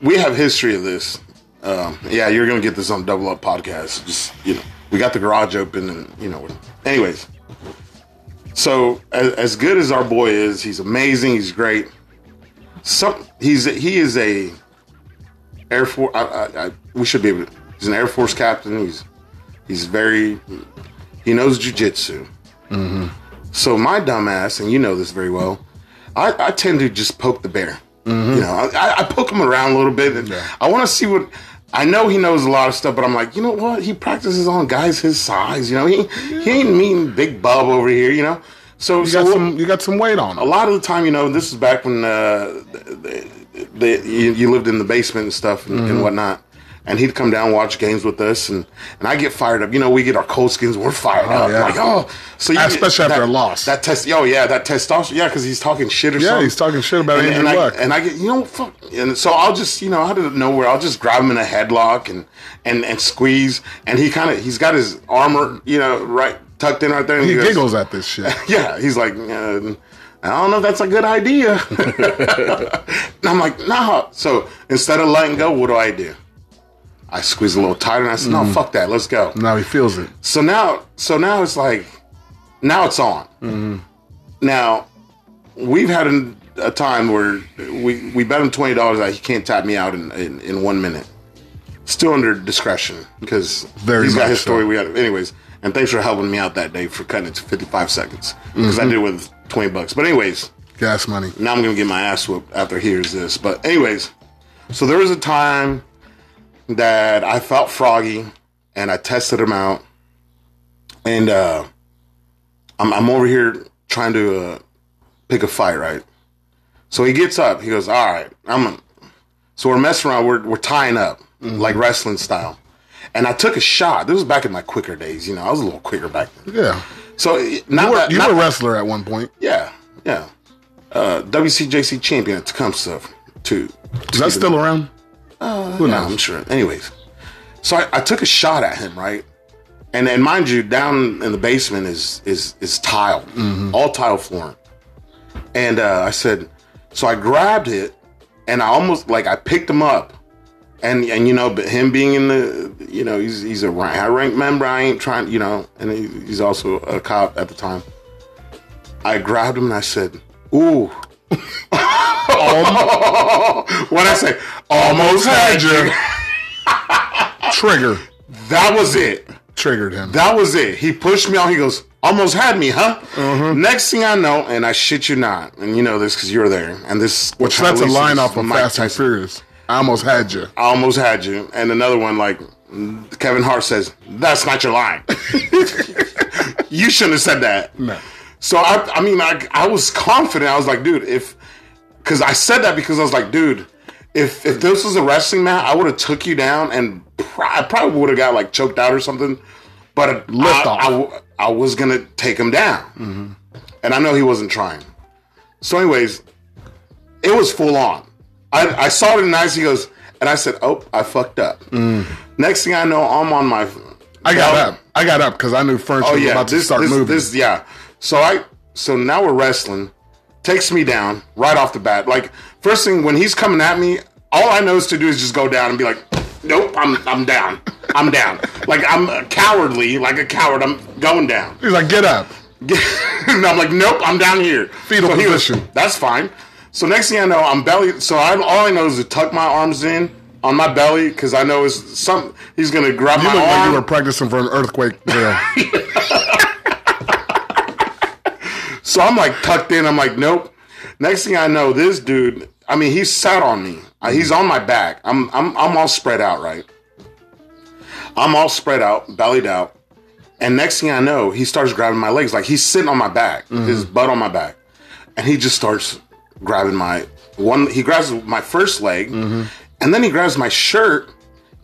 A: we have history of this. Um, yeah, you're gonna get this on Double Up Podcast. Just you know, we got the garage open, and you know. Anyways, so as, as good as our boy is, he's amazing. He's great. Some he's he is a Air Force. I, I, I, we should be able. To, he's an Air Force captain. He's he's very he knows jujitsu.
B: Mm-hmm.
A: So my dumbass, and you know this very well, I, I tend to just poke the bear. You know, I- I, I poke him around a little bit, and
B: Mm-hmm. Yeah.
A: I want to see what. I know he knows a lot of stuff, but I'm like, you know what? He practices on guys his size. You know, he he ain't meeting Big Bub over here. You know, so
B: You
A: so
B: got
A: we'll-
B: some. You got some weight on
A: a
B: him.
A: lot of the time, you know, this is back when uh, the, the, you, you lived in the basement and stuff and,
B: Mm-hmm.
A: and whatnot. And he'd come down, watch games with us, and, and I get fired up. You know, we get our cold skins, we're fired up.
B: yeah.
A: Like, oh, so you
B: Especially after a loss.
A: That test, oh yeah, that testosterone, yeah, because he's talking shit or
B: Yeah,
A: something.
B: he's talking shit about
A: and,
B: Andrew
A: and
B: Luck.
A: I, and I get, you know, fuck. And so I'll just, you know, out of nowhere, I'll just grab him in a headlock and and and squeeze. And he kind of, he's got his armor, you know, right tucked in right there. And
B: He
A: goes,
B: giggles at this shit.
A: yeah, he's like, uh, I don't know if that's a good idea. and I'm like, nah. So instead of letting go, what do I do? I squeeze a little tighter and I said, no, fuck that, let's go.
B: Now he feels it.
A: So now, so now it's like, now it's on.
B: Mm-hmm.
A: Now, we've had a, a time where we, we bet him twenty dollars that he can't tap me out in, in, in one minute. Still under discretion because
B: Very
A: he's got
B: much
A: his
B: so.
A: story. We got anyways, And thanks for helping me out that day for cutting it to 55 seconds because
B: Mm-hmm.
A: I did it with 20 bucks. But anyways,
B: Gas money.
A: now I'm gonna get my ass whooped after he hears this. But anyways, so there was a time that I felt froggy and I tested him out, and uh, I'm, I'm over here trying to uh, pick a fight, right? So he gets up. He goes, "All right, I'm." A, so we're messing around. We're we're tying up
B: Mm-hmm.
A: like wrestling style, and I took a shot. This was back in my quicker days. You know, I was a little quicker back then.
B: Yeah.
A: So it- not
B: You were,
A: that,
B: you
A: not
B: were a wrestler at one point.
A: yeah, yeah. Uh, WCJC champion at Tecumseh too.
B: Is that still around? Who
A: No,
B: knows?
A: I'm sure. Anyways, so I, I took a shot at him, right? And and mind you, down in the basement is is is tile,
B: Mm-hmm.
A: all tile flooring. And uh, I said, so I grabbed it, and I almost like I picked him up, and and you know, but him being in the, you know, he's he's a rank, high rank member. I ain't trying, you know, and he, he's also a cop at the time. I grabbed him and I said, ooh. what I say? Almost had you.
B: Trigger.
A: That was it.
B: Triggered him.
A: That was it. He pushed me out. He goes, almost had me, huh?
B: Mm-hmm.
A: Next thing I know, and I shit you not, and you know this because you're there, and this
B: Which that's a
A: Lisa,
B: line
A: this
B: off of
A: Mike
B: Fast and
A: Tyson.
B: Furious. I almost had you.
A: I almost had you, and another one like Kevin Hart says, "That's not your line. you shouldn't have said that."
B: No.
A: So I, I mean, I, I was confident. I was like, dude, if, because I said that because I was like, dude, if if this was a wrestling match, I would have took you down and pr- I probably would have got like choked out or something. But
B: Lift
A: I,
B: off. Mm-hmm.
A: I w- I was gonna take him down, and I know he wasn't trying. So, anyways, it was full on. I, I saw it in the eyes. He goes, and I said, oh, I fucked up. Next thing I know, I'm on my.
B: Mm. I got up. I got up because I knew furniture
A: Oh
B: was
A: yeah,
B: about
A: this,
B: to start
A: this,
B: moving.
A: this- yeah. So I so now we're wrestling. Takes me down right off the bat. Like first thing when he's coming at me, all I know is to do is just go down and be like, nope, I'm I'm down, I'm down. Like I'm uh, cowardly, like a coward. I'm going down.
B: He's like, get up.
A: and I'm like, nope, I'm down here.
B: Fetal
A: he was-
B: position.
A: That's fine. So next thing I know, I'm belly. So I all I know is to tuck my arms in on my belly because I know it's some. He's gonna grab
B: You
A: my
B: look
A: arm.
B: like you were practicing for an earthquake drill.
A: So I'm like tucked in. I'm like, nope. Next thing I know, this dude. I mean, he sat on me. Uh, He's on my back. I'm I'm I'm all spread out, right? I'm all spread out, bellied out. And next thing I know, he starts grabbing my legs. Like he's sitting on my back, his butt on my back, and he just starts grabbing my one. He grabs my first leg, and then he grabs my shirt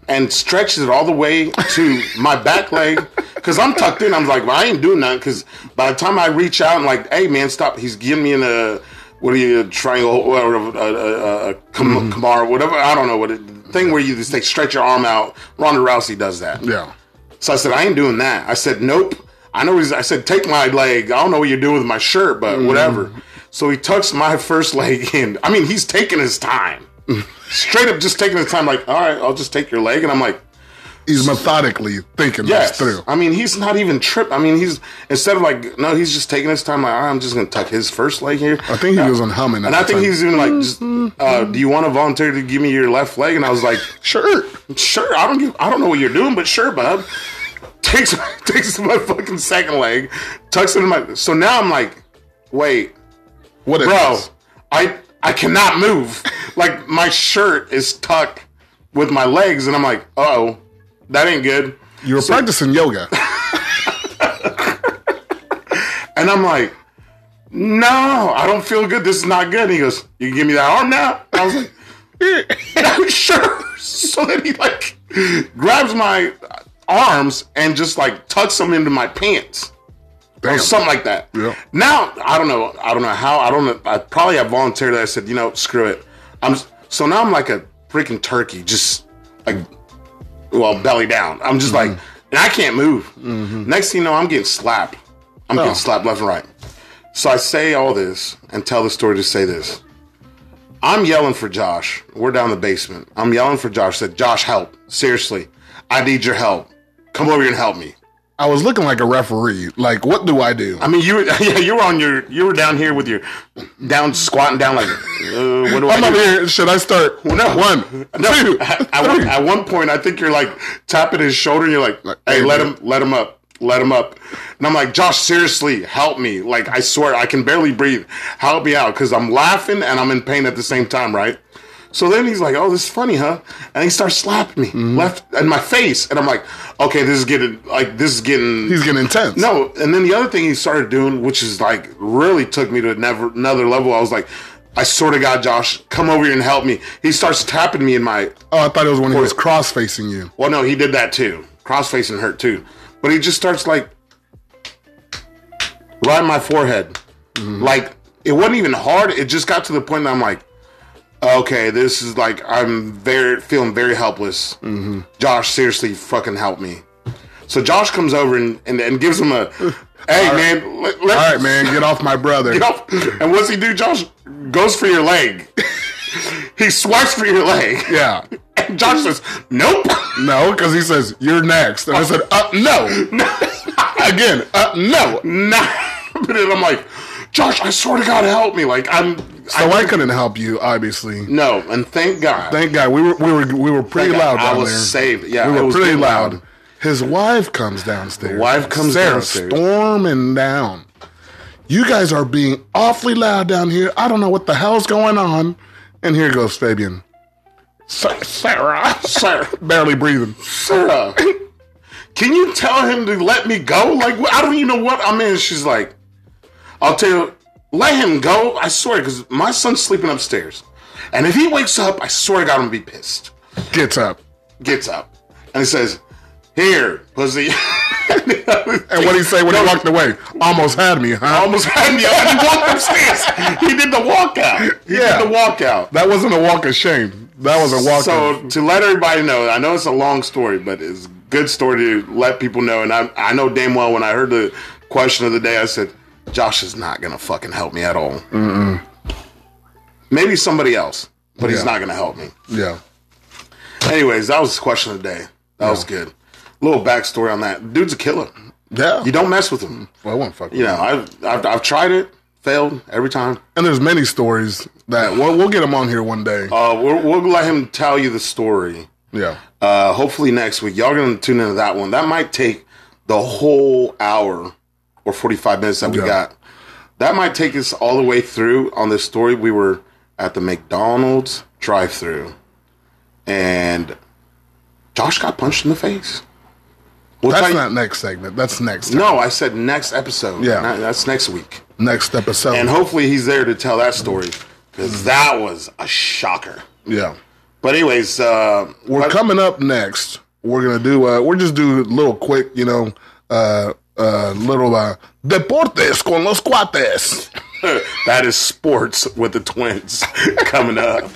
A: and stretches it all the way to my back leg because I'm tucked in. I'm like, well, I ain't doing nothing because by the time I reach out and like, hey man, stop. He's giving me in a what are you a triangle or a, a, a, a Kam- Kamara, whatever. I don't know what it, the thing where you just like stretch your arm out. Ronda Rousey does that.
B: yeah.
A: So I said, I ain't doing that. I said, nope. I know he's, I said, take my leg. I don't know what you're doing with my shirt, but whatever. So he tucks my first leg in. I mean, he's taking his time. Straight up just taking his time, like, all right, I'll just take your leg. And I'm like,
B: He's methodically thinking
A: yes.
B: this through.
A: I mean, he's not even tripped. I mean, he's, instead of like, no, he's just taking his time, like, all right, I'm just going to tuck his first leg here.
B: I think he was on humming.
A: and I think he's even like, just, uh, do you want to volunteer to give me your left leg? And I was like,
B: sure.
A: sure, I don't give, I don't know what you're doing, but sure, bub. Takes takes my fucking second leg, tucks it in my. So now I'm like, wait,
B: What is
A: bro,
B: this?
A: I I cannot move. Like my shirt is tucked with my legs, and I'm like, oh, that ain't good.
B: You were practicing yoga.
A: And I'm like, no, I don't feel good. This is not good. And he goes, you can give me that arm now. I was like. I'm sure. So then he like grabs my arms and just like tucks them into my pants
B: Damn.
A: or something like that.
B: Yeah.
A: Now I don't know. I don't know how. I don't know. I probably have volunteered. I said, you know, screw it. I'm so now I'm like a freaking turkey, just like well belly down. I'm just like,
B: Mm-hmm.
A: and I can't move. Next thing you know, I'm getting slapped. I'm
B: Oh.
A: getting slapped left and right. So I say all this and tell the story to say this. I'm yelling for Josh. We're down in the basement. I'm yelling for Josh. Said, Josh, help. Seriously. I need your help. Come over here and help me.
B: I was looking like a referee. Like, what do I do?
A: I mean, you were, yeah, you were on your, you were down here with your, down squatting down like, uh, what do I
B: I'm up
A: do?
B: here. Should I start?
A: No.
B: One,
A: No,
B: two,
A: at, at one,
B: three.
A: at one point, I think you're like tapping his shoulder and you're like, hey,
B: hey,
A: let
B: man.
A: him, let him up. let him up. And I'm like, Josh, seriously, help me. Like, I swear, I can barely breathe. Help me out because I'm laughing and I'm in pain at the same time, right? So then he's like, "Oh, this is funny, huh?" And he starts slapping me
B: Mm-hmm.
A: left in my face, and I'm like, "Okay, this is getting like this is getting
B: He's getting intense.
A: no, and then the other thing he started doing, which is like really took me to another another level. I was like, I sort of got Josh, come over here and help me. He starts tapping me in my.
B: Oh, I thought it was when he was cross facing you.
A: Well, no, he did that too. Cross facing hurt too, but he just starts like right in my forehead.
B: Mm-hmm.
A: Like it wasn't even hard. It just got to the point that I'm like, okay, this is like I'm very feeling very helpless. Mm-hmm. Josh, seriously, fucking help me. So Josh comes over and, and, and gives him a, hey man, let, let,
B: All right, man, get off my brother.
A: you know? And what's he do? Josh goes for your leg. he swipes for your leg.
B: Yeah.
A: And Josh says, "Nope."
B: No, because he says, you're next. And I said, uh, no. Again, uh, no.
A: nah. But then I'm like, Josh, I swear to God, help me! Like I'm.
B: So I couldn't help you, obviously.
A: no, and thank God.
B: Thank God. We were, we were, we were pretty
A: Thank God
B: loud
A: I
B: down
A: was
B: there.
A: saved. Yeah,
B: we
A: I
B: were
A: was
B: pretty
A: getting
B: loud. His wife comes downstairs.
A: wife comes
B: Sarah
A: downstairs.
B: storming down. You guys are being awfully loud down here. I don't know what the hell's going on. And here goes Fabian,
A: Sa- Sarah, Sarah,
B: barely breathing.
A: Sarah. uh, Can you tell him to let me go? Like wh- I don't even know what I'm in. She's like, I'll tell you, let him go. I swear, because my son's sleeping upstairs, and if he wakes up, I swear to God, I'm gonna be pissed.
B: Gets up.
A: Gets up and he says, "Here, pussy."
B: And what did he say when he walked away? Almost had me, huh?
A: almost had me up. He walked upstairs. He did the walkout. He
B: Yeah.
A: did the walkout.
B: That wasn't a walk of shame. That was a walk
A: So
B: of
A: to let everybody know, I know it's a long story, but it's a good story to let people know. And I, I know damn well when I heard the question of the day, I said, Josh is not gonna fucking help me at all. Mm-mm. Maybe somebody else, but he's
B: Yeah.
A: not gonna help me.
B: yeah.
A: Anyways, that was the question of the day. That was good. Little backstory on that. Dude's a killer.
B: Yeah.
A: You don't mess with him.
B: well, I won't fuck.
A: You know, I've I've, I've tried it, failed every time.
B: And there's many stories that we'll, we'll get them on here one day.
A: Uh, we'll, we'll let him tell you the story.
B: yeah.
A: Uh, hopefully next week, y'all gonna tune into that one. That might take the whole hour or forty five minutes that we
B: Yeah.
A: got. That might take us all the way through on this story. We were at the McDonald's drive through, and Josh got punched in the face. Which
B: That's
A: I-
B: not next segment. That's next time.
A: no, I said next episode.
B: Yeah.
A: Not- that's next week.
B: next episode.
A: And hopefully he's there to tell that story
B: Mm.
A: because that was a shocker.
B: yeah.
A: But anyways, uh,
B: We're
A: but-
B: coming up next. We're gonna do. Uh, we're just do little quick, you know, uh, uh, little uh, deportes con los cuates.
A: that is sports with the twins coming up.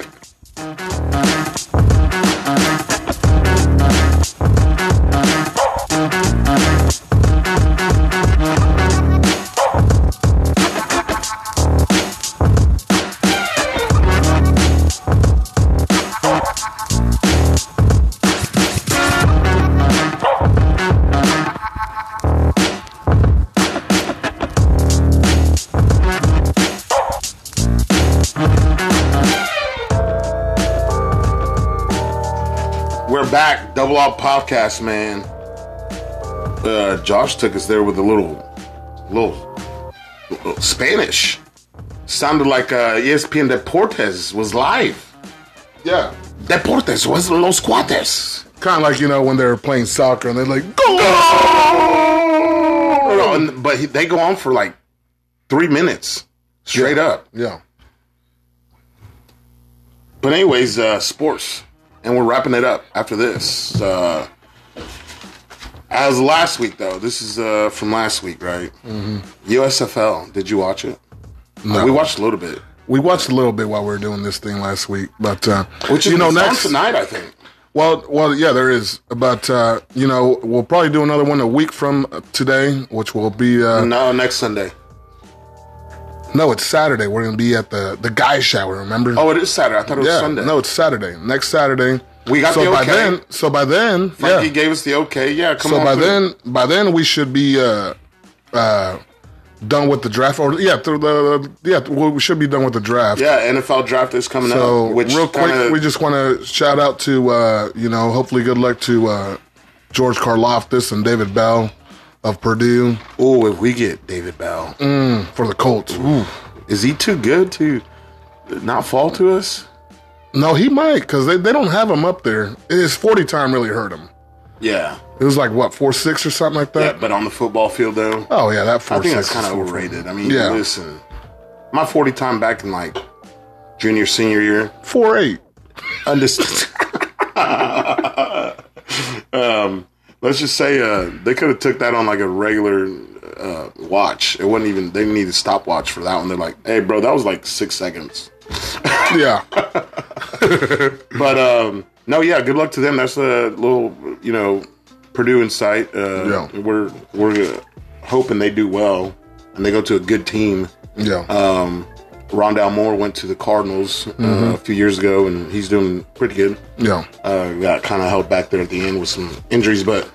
A: We're back, Double Up Podcast, man. Uh, Josh took us there with a little, little, little Spanish. Sounded like uh, ESPN Deportes was live.
B: Yeah.
A: Deportes was Los Cuates.
B: Kind of like you know when they're playing soccer and they're like, go.
A: No, no, and- but he, they go on for like three minutes straight up.
B: Yeah.
A: But anyways, uh, sports, and we're wrapping it up after this. Uh, as last week though, this is uh, from last week, right? Mm-hmm. USFL. Did you watch it? Uh,
B: No.
A: we watched a little bit.
B: We watched a little bit while we were doing this thing last week, but uh,
A: Which is
B: you know
A: it's on
B: next
A: tonight, I think.
B: Well, well, yeah, there is, but uh, you know we'll probably do another one a week from today, which will be uh,
A: No, next Sunday.
B: no, it's Saturday. We're gonna be at the the guy shower. Remember?
A: Oh, it is Saturday. I thought it was
B: yeah,
A: Sunday.
B: no, it's Saturday. Next Saturday.
A: We got
B: so
A: the
B: by
A: okay.
B: then. So by then,
A: Frankie
B: yeah.
A: gave us the okay. Yeah, come
B: So
A: on.
B: by
A: through.
B: then, by then we should be uh, uh, done with the draft, or yeah, through the yeah, we should be done with the draft.
A: yeah, NFL draft is coming
B: So
A: up. Which
B: real quick,
A: kinda-
B: we just want to shout out to uh, you know, hopefully good luck to uh, George Karloftis and David Bell of Purdue
A: Oh, if we get David Bell,
B: for the Colts.
A: is he too good to not fall to us?
B: No, he might because they, they don't have him up there. His 40 time really hurt him.
A: Yeah,
B: It was like, what, 4 6 or something like
A: yeah.
B: that?
A: But on the football field, though,
B: Oh, yeah, that 4
A: I think
B: 6.
A: that's kind of overrated. I mean,
B: Yeah.
A: listen, my forty time back in like junior senior year,
B: 4 8.
A: understand. um, let's just say uh, they could have took that on like a regular uh, watch. It wasn't even they didn't need a stopwatch for that one. They're like, hey, bro, that was like six seconds.
B: Yeah.
A: But um, no, yeah, good luck to them. That's a little, you know, Purdue insight. Uh,
B: Yeah.
A: We're we're uh, hoping they do well and they go to a good team.
B: Yeah.
A: Um, Rondell Moore went to the Cardinals
B: Mm-hmm.
A: uh, a few years ago, and he's doing pretty good.
B: yeah.
A: uh, got kind of held back there at the end with some injuries, but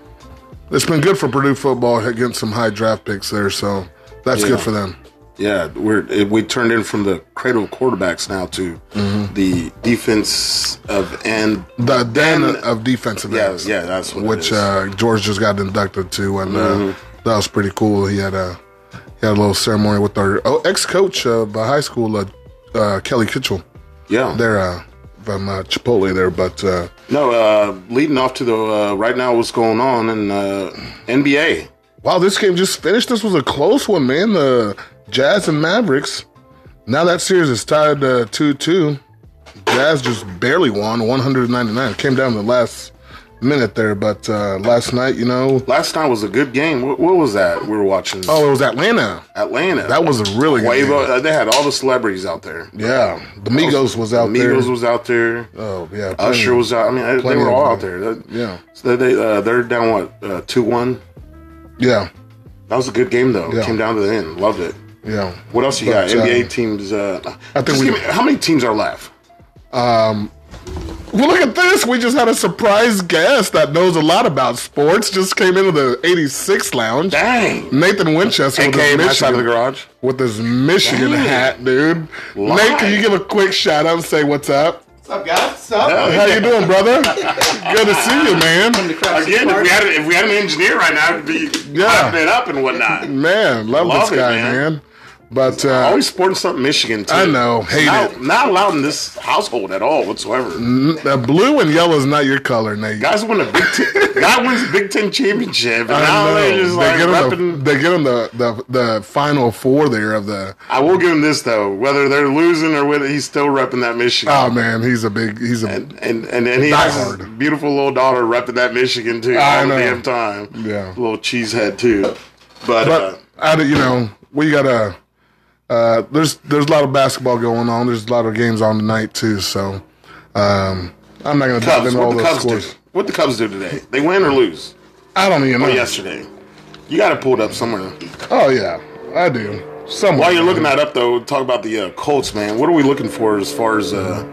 B: It's been good for Purdue football against some high draft picks there, so that's
A: Yeah.
B: good for them.
A: yeah, we're it, we turned in from the cradle of quarterbacks now to
B: Mm-hmm.
A: the defense of and
B: The den of defensive
A: yeah,
B: ends,
A: yeah, that's what it
B: which
A: is. Mm-hmm.
B: uh, George just got inducted to, and uh, that was pretty cool. He had a he had a little ceremony with our oh, ex coach of uh, high school, uh, uh, Kelly Kitchell,
A: yeah.
B: there uh, from uh, Chipotle there, but uh,
A: No, uh, leading off to the uh, right now, what's going on in uh, NBA?
B: Wow, this game just finished. This was a close one, man. The Jazz and Mavericks. Now that series is tied uh, 2 2. Jazz just barely won 199. Came down to the last minute there, but uh, last night, you know.
A: Last night was a good game. What, what was that we were watching?
B: Oh, it was Atlanta.
A: Atlanta.
B: That was a really good
A: Quavo.
B: game.
A: uh, They had all the celebrities out there.
B: Yeah. The Migos was out
A: Migos
B: there.
A: was out there.
B: oh, yeah.
A: Usher was out. I mean, they- they
B: plenty
A: were
B: of
A: all
B: them.
A: out there. That-
B: Yeah.
A: So they uh, they're down what uh, two one.
B: Yeah.
A: That was a good game though.
B: Yeah.
A: Came down to the end. Loved it.
B: Yeah.
A: What else you
B: But,
A: got? NBA
B: uh,
A: teams. Uh,
B: I think
A: just
B: we-
A: give me- how many teams are left?
B: Well, look at this. We just had a surprise guest that knows a lot about sports. Just came into the 86 lounge.
A: Dang.
B: Nathan Winchester with
A: AKA
B: his
A: my side of the
B: Michigan,
A: garage.
B: with his Michigan
A: Dang.
B: hat, dude.
A: Live.
B: Nate, can you give a quick shout out and say what's up?
C: What's up, guys? What's up?
B: How you doing, brother? Good to see you, man.
A: Again, if we had if we had an engineer right now, it'd be
B: Yeah.
A: popping it up and whatnot.
B: Man, love,
A: Love
B: this
A: it,
B: guy,
A: man. Oh,
B: man. But uh,
A: Always sporting something Michigan too.
B: I know, hate
A: Not,
B: it.
A: not allowed in this household at all whatsoever.
B: The blue and yellow is not your color, Nate.
A: Guys win a Big Ten. guy wins a Big Ten championship, and
B: I
A: now
B: know.
A: they just like
B: They get
A: repping.
B: him the, they get him the, the, the final four there of the.
A: I will give him this though, whether they're losing or whether he's still repping that Michigan.
B: Oh man, he's a big. He's a
A: and and then he
B: Die
A: has his
B: hard.
A: beautiful little daughter repping that Michigan too
B: I
A: all the
B: know.
A: damn time.
B: Yeah.
A: little cheesehead too. But, uh,
B: But I, don't- you know, we got a. Uh, there's there's a lot of basketball going on. There's a lot of games on tonight too. So um, I'm not gonna dive
A: Cubs,
B: into
A: what
B: all
A: the
B: those
A: Cubs
B: scores.
A: do? What the Cubs do today? They win or lose?
B: I don't
A: Oh,
B: even know.
A: Yesterday, you got to pull it up somewhere.
B: Oh yeah, I do. Somewhere.
A: While you're looking that up though, talk about the uh, Colts, man. What are we looking for as far as uh,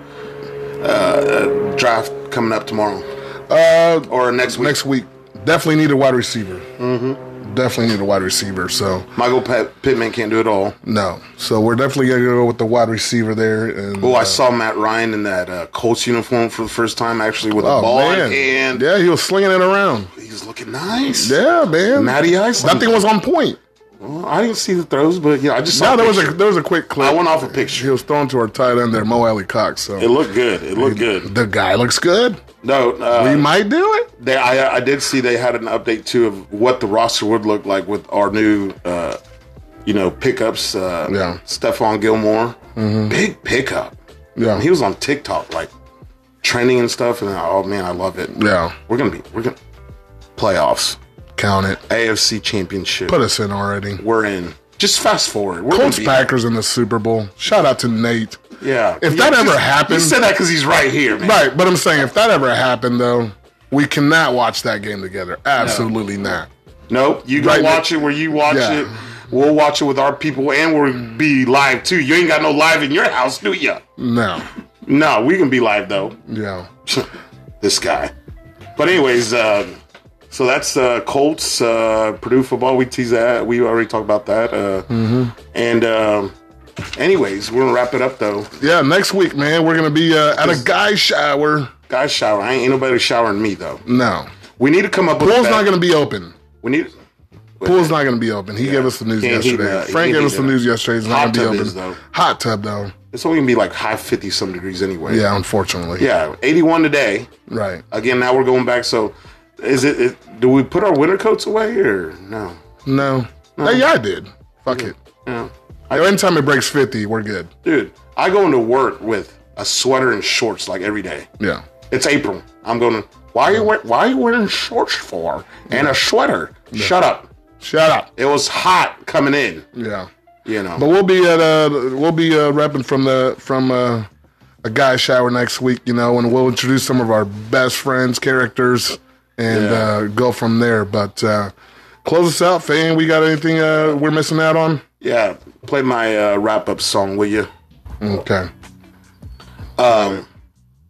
A: uh, draft coming up tomorrow
B: Uh,
A: or next week?
B: next week, definitely need a wide receiver. Mm-hmm. Definitely need a wide receiver. So
A: Michael Pat- Pittman can't do it all.
B: no. So we're definitely gonna go with the wide receiver there. And
A: Oh, I
B: uh,
A: saw Matt Ryan in that uh, Colts uniform for the first time, actually with
B: oh,
A: a ball
B: man.
A: in hand.
B: yeah, he was slinging it around.
A: He's looking nice.
B: Yeah, man.
A: Matty Ice.
B: That thing was on point.
A: Well, I didn't see the throws, but yeah, I just saw.
B: No,
A: a
B: there was a
A: picture.
B: there was a quick clip.
A: I went off a
B: He
A: picture.
B: was thrown to our tight end there, Mo Alley Cox. So
A: It looked good. It looked good.
B: the guy looks good.
A: No,
B: He
A: uh,
B: might do it.
A: they, I, I did see they had an update too of what the roster would look like with our new, uh, you know, pickups. Uh,
B: Yeah. Mm-hmm.
A: Stephon Gilmore, big pickup.
B: Yeah,
A: He was on TikTok like trending and stuff, and oh man, I love it.
B: yeah.
A: We're gonna be we're gonna playoffs,
B: Count it.
A: AFC Championship.
B: Put us in already.
A: we're in. Just fast forward. We're gonna
B: Colts
A: be-
B: Packers in the Super Bowl. Shout out to Nate.
A: Yeah.
B: If
A: Yeah,
B: that ever
A: just-
B: happened-
A: he said that because he's right here, man.
B: Right, but I'm saying if that ever happened though, we cannot watch that game together. Absolutely not.
A: Nope. You go
B: Right,
A: watch it where you watch
B: Yeah.
A: it. We'll watch it with our people, and we'll be live too. You ain't got no live in your house, do ya?
B: No.
A: No, we can be live though.
B: Yeah.
A: This guy. But anyways, uh, so that's uh, Colts, uh, Purdue football. We tease that. We already talked about that. Uh,
B: Mm-hmm.
A: And um, anyways, we're gonna wrap it up though.
B: Yeah. Next week, man, we're gonna be uh, at a guy shower.
A: Guys, shower. I ain't, ain't nobody showering me though.
B: No.
A: We need to come up with. a
B: Pool's
A: bet.
B: not gonna be open.
A: We need.
B: Pool's not going to be open. He gave us the news
A: Can't heat
B: yesterday.
A: it up. Can't
B: Frank gave
A: heat
B: us the
A: it up.
B: news yesterday. It's not
A: Hot
B: going to be
A: tub
B: open.
A: is, though.
B: Hot tub though.
A: It's only gonna be like high fifty some degrees anyway.
B: Yeah, unfortunately.
A: Yeah, eighty one today.
B: Right.
A: Again, now we're going back. So, is it, it? Do we put our winter coats away or no?
B: No. Hey, yeah, I did. Fuck it.
A: No,
B: Anytime it breaks fifty, we're good.
A: dude. I go into work with a sweater and shorts like every day.
B: Yeah.
A: It's April. I'm going. to Why are you wear, Why are you wearing shorts for and a sweater? Shut up.
B: Shut up.
A: It was hot coming in.
B: Yeah.
A: You know.
B: But we'll be at uh we'll be uh repping from the from uh a guy shower next week, you know, and we'll introduce some of our best friends, characters, and
A: Yeah.
B: uh, go from there. But uh, close us out, fan. We got anything uh, we're missing out on?
A: yeah. Play my uh, wrap up song, will you?
B: Okay.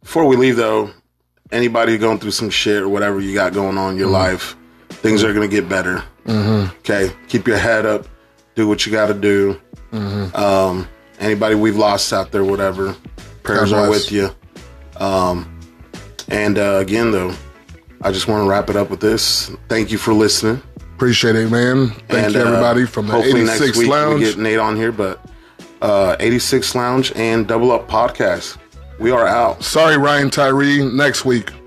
A: Before we leave, though, anybody going through some shit or whatever you got going on in your
B: Mm-hmm.
A: life, things are going to get better. Mm-hmm. Okay. Keep your head up. Do what you got to do.
B: Mm-hmm.
A: Um, anybody we've lost out there, whatever, prayers
B: God
A: are
B: bless.
A: with you. Um, and uh, again, though, I just want to wrap it up with this. Thank you for listening.
B: Appreciate it, man. Thank
A: And,
B: you,
A: uh,
B: everybody, from the
A: hopefully
B: 86
A: next week
B: Lounge.
A: We get Nate on here, but uh, 86 Lounge and Double Up Podcast. We are out.
B: Sorry, Ryan Tyree. Next week.